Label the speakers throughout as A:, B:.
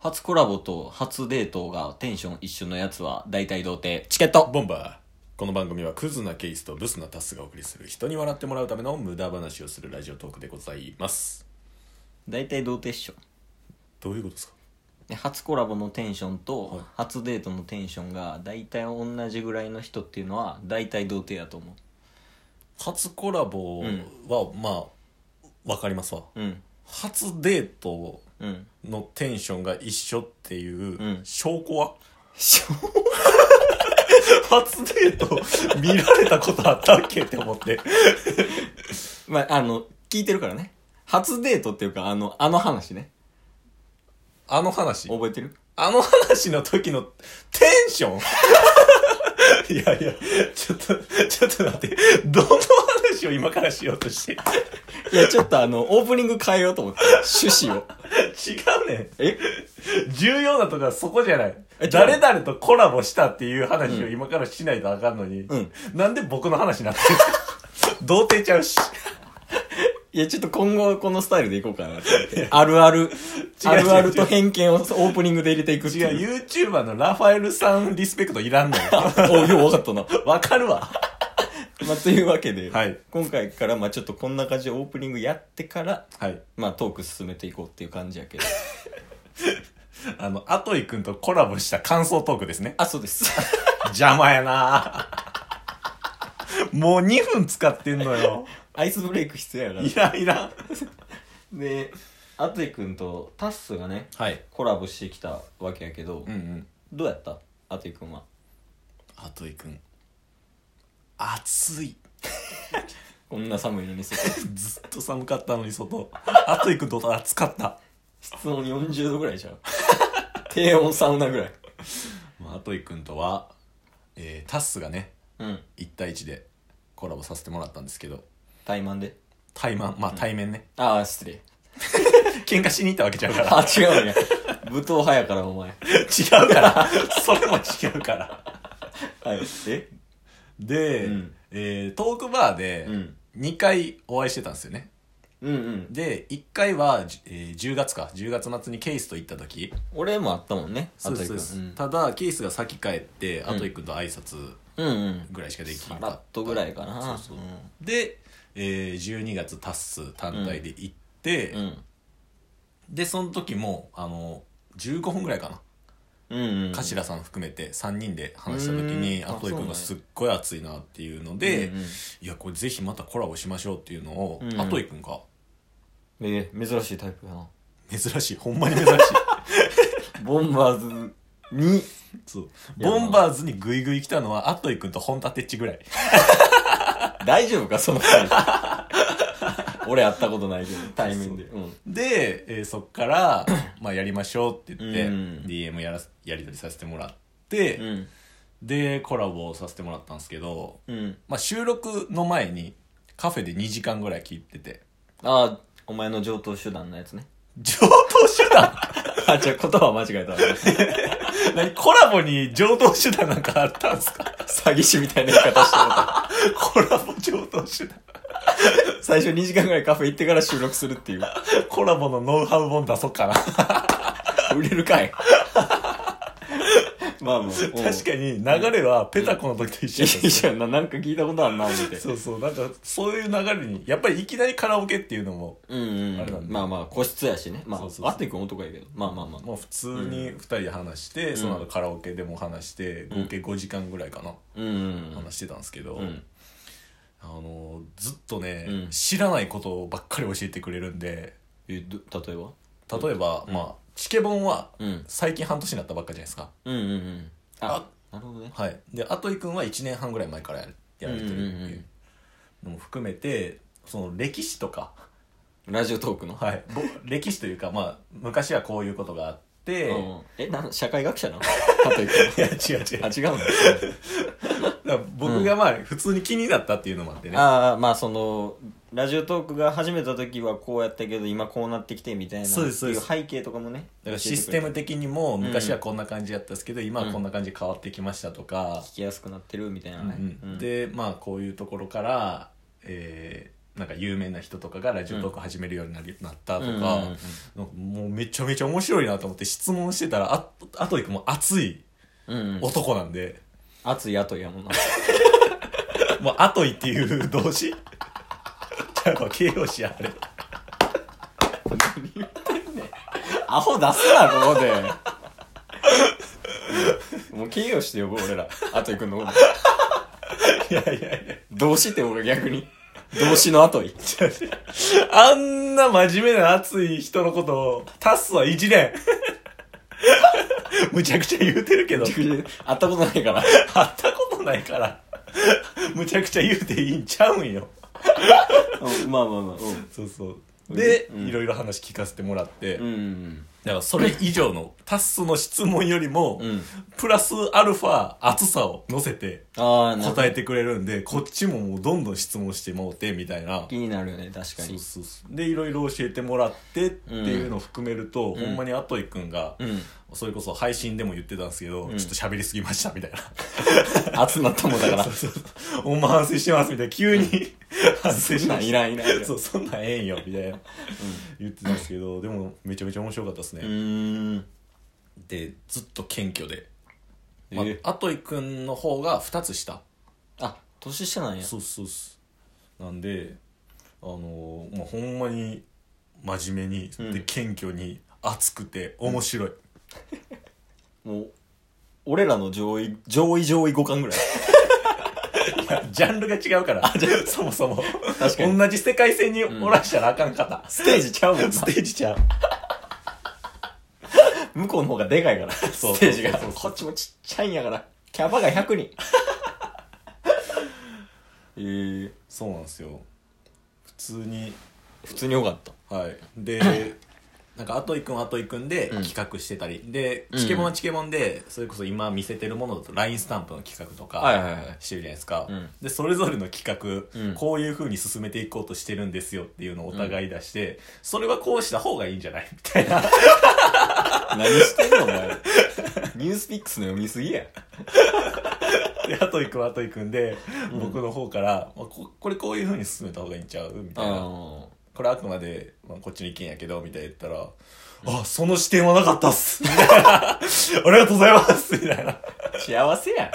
A: 初コラボと初デートがテンション一緒のやつは大体童貞チケット
B: ボンバーこの番組はクズなケイスとブスなタスがお送りする人に笑ってもらうための無駄話をするラジオトークでございます
A: 大体童貞っしょ
B: どういうことですか
A: で初コラボのテンション
B: はい
A: と初デートのテンションが大体同じぐらいの人っていうのは大体童貞やと思
B: 初コラボは、まあわかりますわ
A: ううん
B: 初デート
A: うん
B: のテンションが一緒っていう
A: うん
B: 証拠は、
A: しょ
B: 初デート見られたことあったっけって思って
A: まああの聞いてるからね初デートっていうかあのあの話ね
B: あの話
A: 覚えてる
B: あの話の時のテンション いやいや、ちょっと、ちょっと待って、どの話を今からしようとして。
A: いやちょっとあ のオープニング変えようと思って趣旨を
B: 違うね
A: え
B: ん。重要なとこはそこじゃない
A: え違。う
B: 誰々とコラボしたっていう話を今からしないとあかんのに、
A: ん
B: なんで僕の話になってる 童貞ちゃうし。
A: いや、ちょっと今後はこのスタイルでいこうかなって思って。 あるある、あるあると偏見をオープニングで入れていくって
B: 違
A: いう。
B: う、YouTuber のラファエルさんリスペクトいらんのよ。
A: お、よう分かったな。
B: わかるわ。
A: まあ、というわけで、
B: はい
A: 今回から、まあちょっとこんな感じでオープニングやってから、
B: はい。
A: まあトーク進めていこうっていう感じやけど。
B: あの、アトイくんとコラボした感想トークですね。
A: あ、そう です。
B: 邪魔やなもう2分使ってんのよ。
A: アイスブレイク必要やから
B: い。らんいらん。
A: で、アトイくんとタッスがね、
B: はい。
A: コラボしてきたわけやけど、
B: うんうん。
A: どうやったアトイくんは。
B: あといくん。暑い。
A: こんな寒いのに外
B: ずっと寒かったのに外。あといくんどうだ暑かった。
A: 室温40度ぐらいじゃん。低温サウナぐらい。
B: まあ、あといくんとは、えー、タッスがね、
A: うん。
B: 1対1でコラボさせてもらったんですけど、
A: 怠慢で。
B: 対マン、まあ対面ね。
A: ああ、失礼。
B: 喧嘩しに行ったわけちゃうから。
A: あ、違うね。武闘派やから、お前。
B: 違うから。それも違うから。
A: はい。え
B: で、
A: うん
B: えートークバーで
A: うん
B: 2回お会いしてたんですよね。
A: うんうん。
B: で1回は、じえー10月か10月末にケイスと行った時
A: 俺もあったもんね。
B: そうです
A: 後
B: そう
A: 行
B: で
A: く
B: す、
A: ん
B: ただケイスが先帰ってあと行くと挨拶
A: うんうん。
B: ぐらいしかできな
A: さ
B: かった、
A: らっとぐらいかな。
B: そうそうで、えー12月タッス単体で行って、
A: うん。うん。
B: でその時もあの15分ぐらいかな、
A: うんうん。
B: 頭さん含めて3人で話した時に
A: うん
B: あと行くんがすっごい熱いなっていうので、いやこれぜひまたコラボしましょうっていうのを、
A: うん
B: あと行くんが
A: え、珍しいタイプやな。
B: 珍しいほんまに珍しい
A: ボンバーズに、
B: そう
A: いやまあ
B: ボンバーズにグイグイ来たのはアットイ君と本立てっちぐらい
A: 大丈夫か、その 感じ。俺会ったことないけど、対面で。うん。
B: で、えーそっから まあやりましょうって言って、
A: うん
B: DM やらすやり取りさせてもらって、
A: うん。
B: でコラボをさせてもらったんですけど、
A: うん。
B: まあ、収録の前にカフェで2時間ぐらい聞いてて
A: ああ、お前の上等手段のやつね。
B: 上等手段
A: あ、違う、言葉間違えたわ。
B: 何コラボに上等手段なんかあったんですか
A: 詐欺師みたいな言い方してた。
B: コラボ上等手段
A: 最初2時間ぐらいカフェ行ってから収録するっていう。
B: コラボのノウハウ本出そうかな
A: 売れるかい。 まあまあ。 確
B: 確かに流れはペタコの時と一緒だった
A: いやいやな、なんか聞いたことあるな、思って。
B: そうそう、なんか、そういう流れに、やっぱりいきなりカラオケっていうのも、
A: うん
B: あれな
A: うんん。
B: だ
A: まあまあ、個室やしね。ま
B: そうそうそう
A: あ、あっていくん男やけど。まあまあまあ。
B: もう普通に2人で話して、その後カラオケでも話して、合計5時間ぐらいかな、
A: うんうん
B: 話してたんですけど、
A: うん。うん。
B: あの、ずっとね、
A: うん
B: 知らないことばっかり教えてくれるんで、
A: え、ど例えば
B: 例えば、まあ、チケボンは、
A: うん。
B: 最近半年になったばっかじゃないですか。
A: うんうんうん。あ、なるほどね。
B: はい。で、あといくんは1年半ぐらい前からややられてるって
A: うんうんう
B: いうんのも含めて、その歴史とか、
A: ラジオトークの。
B: はい、ぼ歴史というか、まあ、昔はこういうことがあって、
A: うんえ、なん、社会学者 なのあといく
B: いや違う違うだか
A: あ、違う の
B: ら僕がまあ普通に気になったっていうのもあってね、
A: ああ、まあその、ラジオトークが始めた時はこうやったけど、今こうなってきてみたいな。
B: そうですそうです
A: っていう背景とかもね。
B: だからシステム
A: 教えてくれて
B: 的にも昔はこんな感じやったんですけど、今はこんな感じで変わってきましたとか、
A: 聞きやすくなってるみたいな
B: うん
A: ね。うん
B: でまあこういうところから、えなんか有名な人とかがラジオトーク始めるようになりなったとか、
A: うんうん
B: な
A: うんうん
B: んかもうめちゃめちゃ面白いなと思って質問してたら、あ、あといくもう熱い
A: うん。
B: 男なんで、
A: 熱い後やもんな。
B: もうあといっていう動詞 じゃあ形容詞やあれ。
A: アホ出すな、ここで。もう形容して呼ぶ、俺ら。後井くんのこと。
B: いやいやいや。
A: 動詞って俺逆に。動詞の後井。
B: あんな真面目な熱い人のことを、タスはいじれん。 むちゃくちゃ言うてるけど、会
A: 会ったことないから。
B: ったことないから、むちゃくちゃ言うていいんちゃうんよ。
A: うんまあまあまあ。
B: そうそう。で、
A: うん
B: いろいろ話聞かせてもらって、
A: うん。うん。
B: だからそれ以上のタスの質問よりも、
A: うん。
B: プラスアルファ熱さを乗せて
A: ああ、な
B: 答えてくれるんで、こっちももうどんどん質問してもうて、みたいな。
A: 気になるよね、確か
B: そう
A: に。
B: そうそうでいろいろ教えてもらってっていうのを含めると、ほんまにアトイくんが、
A: うん。
B: それこそ配信でも言ってたんですけど、
A: うん
B: ちょっと喋りすぎましたみたいな
A: 熱なったもんだから
B: そう。そうそうほんま反省してますみたいな急に反省し
A: そん
B: ま
A: なん
B: し
A: い
B: た
A: らんいらんいらん。
B: そうそんなんええんよみたいな言ってたんですけどでもめちゃめちゃ面白かったですね、
A: うーん。
B: でずっと謙虚で、
A: え
B: まあ、アトイくんの方が2つ下
A: あ、年下なんや。
B: そうそうそうなんであのーまあ、ほんまに真面目に、
A: うん
B: で謙虚に熱くて面白い、
A: もう、俺らの上位、上位上位5巻ぐらい。
B: いやジャンルが違うからそもそも
A: 確かに
B: 同じ世界線に
A: ん
B: おらしたらあかんかった、
A: ステージちゃうもんな。
B: ステージちゃう
A: 向こうの方がでか いから、
B: そう
A: ステージが。
B: そうそうそう
A: こっちもちっちゃいんやから。キャバが100人。 えー、
B: そうなんですよ普通に
A: 普通に良かった。
B: はい でなんか、あといくん、あといくんで
A: うん
B: 企画してたり、で、
A: うん
B: チケボンはチケボンで、それこそ今見せてるものだと、ラインスタンプの企画とか、
A: はいはいはい
B: してるじゃないですか、
A: うん
B: でそれぞれの企画、
A: うん
B: こういう風に進めていこうとしてるんですよっていうのをお互い出して、それはこうした方がいいんじゃないみたいな
A: 何してんのお前。 ニュースピックスの読みすぎや。
B: であといくんあといくんで、僕の方から、まあここれこういう風に進めた方がいいんちゃうみたいな、
A: あ
B: これあくまで、まあ、こっちの意見やけどみたいな言ったら、あその視点はなかったっすみたいなありがとうございますみたいな
A: ー幸せや。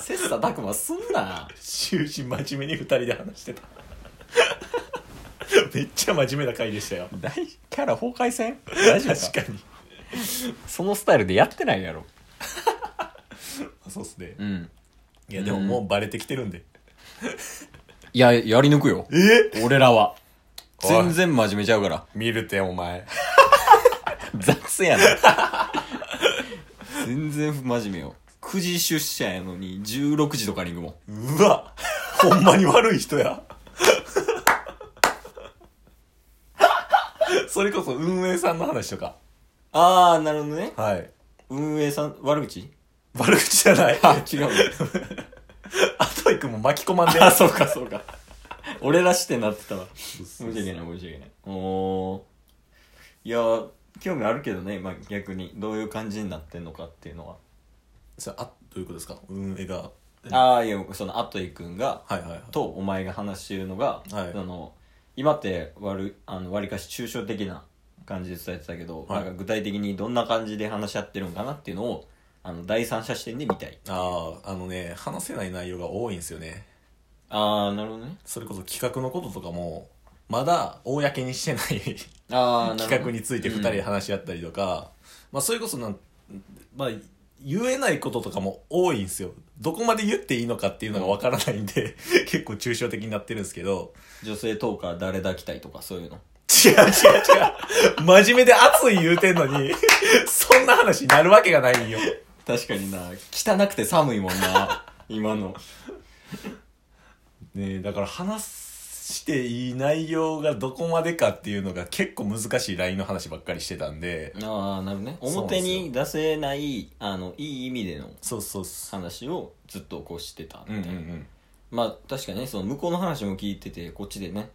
A: 切磋琢磨すんな。
B: 終始真面目に二人で話してた めっちゃ真面目な回でしたよ
A: 大キャラ崩壊せん大丈夫か
B: 確かに
A: そのスタイルでやってないやろ。
B: あそうっすね、
A: うん。
B: いやでももうバレてきてるんで、
A: いや、やり抜くよ。
B: え
A: 俺らは。
B: おい
A: 全然真面目ちゃうから。
B: 見るてお前
A: 雑やな。全然不真面目よ。9時出社やのに、16時とかに行くもん。
B: うわほんまに悪い人やそれこそ運営さんの話とか
A: あー、なるほどね。
B: はい
A: 運営さん、悪口
B: 悪口じゃない
A: あ、 違う。
B: あといくんも巻き込まんで
A: あ、そうか、そうか。俺らしてなってたわ。申し訳ない、申し訳ない。おー。いやー、興味あるけどね、まあ、逆に。どういう感じになってんのかっていうのは。
B: それあどういうことですか運営が
A: あー、いや、その、あといくんが、
B: はいはいはい
A: とお前が話してるのが、
B: はい
A: あの今って割あの割かし抽象的な感じで伝えてたけど、
B: は
A: な
B: い
A: んか具体的にどんな感じで話し合ってるのかなっていうのをあの第三者視点で見たい
B: あああのね話せない内容が多いんですよね
A: ああなるほどね
B: それこそ企画のこととかもまだ公にしてない
A: ああ
B: 企画について2人で
A: うん
B: 話し合ったりとか、まあそれこそなん、まあ、言えないこととかも多いんですよどこまで言っていいのかっていうのがわからないんで 結構抽象的になってるんですけど
A: 女性トーカー誰抱きたいとかそういうの
B: 違う違う違う真面目で熱い言うてんのに そんな話になるわけがないんよ
A: 確かにな汚くて寒いもんな 今の
B: ねえだから話していい内容がどこまでかっていうのが結構難しいラインの話ばっかりしてたんで
A: ああなるほどね
B: そうなん
A: 表
B: ですよ
A: に出せないあのいい意味での
B: そうそうそう
A: 話をずっとこうしてたみ
B: う
A: た
B: ん
A: い
B: うん
A: な、
B: うん
A: まあ確かにねその向こうの話も聞いててこっちでね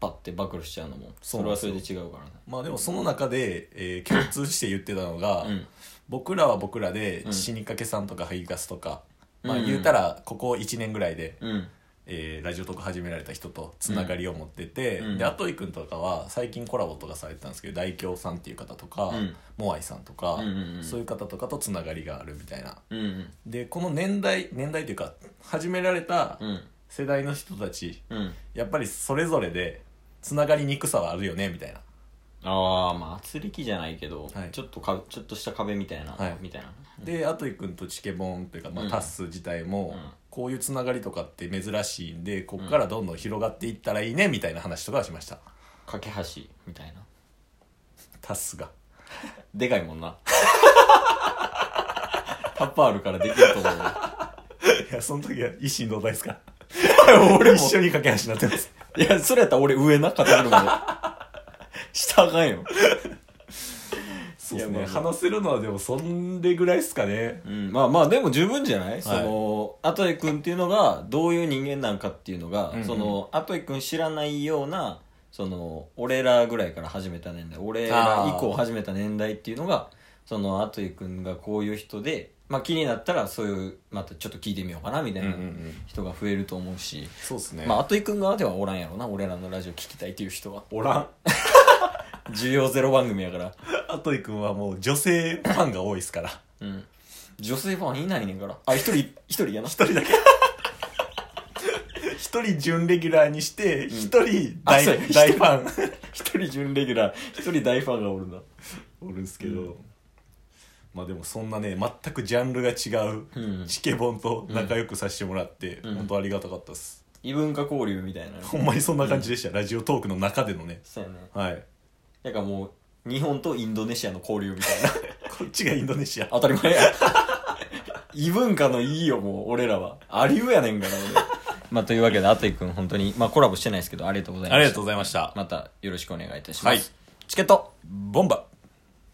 A: パッて暴露しちゃうのもそ
B: そう
A: れ
B: なんで
A: は
B: す
A: そ
B: よ
A: れで違うからね
B: まあでもその中で、えー共通して言ってたのが、
A: うん
B: 僕らは僕らで
A: うん
B: 死にかけさんとかハギガスとか、まあ
A: うんうん
B: 言うたらここ1年ぐらいで
A: うん
B: えーラジオとか始められた人とつながりを持ってて、
A: うん
B: でアトイ君とかは最近コラボとかされてたんですけど大京さんっていう方とか、
A: うん
B: モアイさんとか、
A: うんうんうん
B: そういう方とかとつながりがあるみたいな
A: うんうん
B: でこの年代年代というか始められた
A: うん
B: 世代の人たち
A: うん
B: やっぱりそれぞれでつながりにくさはあるよねみたいな
A: ああまあ圧力じゃないけど、
B: はい
A: ちょっとかちょっとした壁みたいな、
B: はい
A: みたいな
B: でアトイ君とチケボンというか、ま
A: う
B: あ、
A: ん
B: タッス自体も
A: うん
B: こういうつながりとかって珍しいんでこっからどんどん広がっていったらいいねみたいな話とかはしました
A: 架け橋みたいな
B: タッスが
A: でかいもんなタッパーあるからできると思う
B: いやその時は一心同体ですから 俺一緒に架け橋になってます
A: いや、それやったら俺上な、肩車 で。下あかんよ。
B: そう
A: い
B: ですね
A: やまあまあ
B: 話せるのはでもそんでぐらいですかね
A: うん、まあまあ、でも十分じゃない、その、アトイ君っていうのが、どういう人間なんかっていうのが、
B: うんうん
A: その、アトイ君知らないような、その、俺らぐらいから始めた年代、俺ら以降始めた年代っていうのが、その、アトイ君がこういう人で、まあ気になったら、そういう、またちょっと聞いてみようかな、みたいな人が増えると思うし、
B: そうですね、
A: まあ、アトイ君側ではおらんやろな、俺らのラジオ聞きたいっていう人は。
B: おらん
A: 需要ゼロ番組やから。
B: アトイ君はもう女性ファンが多いですから
A: うん。女性ファンいないねんから。あ、一人、一人やな。一人だけ。
B: 一人準レギュラーにして一人
A: あ
B: 大,、
A: そう一人
B: 大ファン
A: 一人準レギュラー、一人大ファンがおるな。
B: おるんすけど、
A: うん
B: まあでもそんなね全くジャンルが違う、
A: うん
B: チケボンと仲良くさせてもらって、
A: うん
B: 本当ありがたかったっす、
A: 異文化交流みたいな。
B: ほんまにそんな感じでした、ラジオトークの中でのね
A: そうやね。
B: はい
A: だからもう、日本とインドネシアの交流み たいな。
B: こっちがインドネシア
A: 当たり前や。異文化のいいよ、もう、俺らは。ありうやねんから、俺。まあ、というわけで、アトイくん、本当に、まあ、コラボしてないですけど、ありがとうございま
B: あ
A: す。
B: りがとうございました、
A: また、よろしくお願いいたします。
B: はいチケットボンバ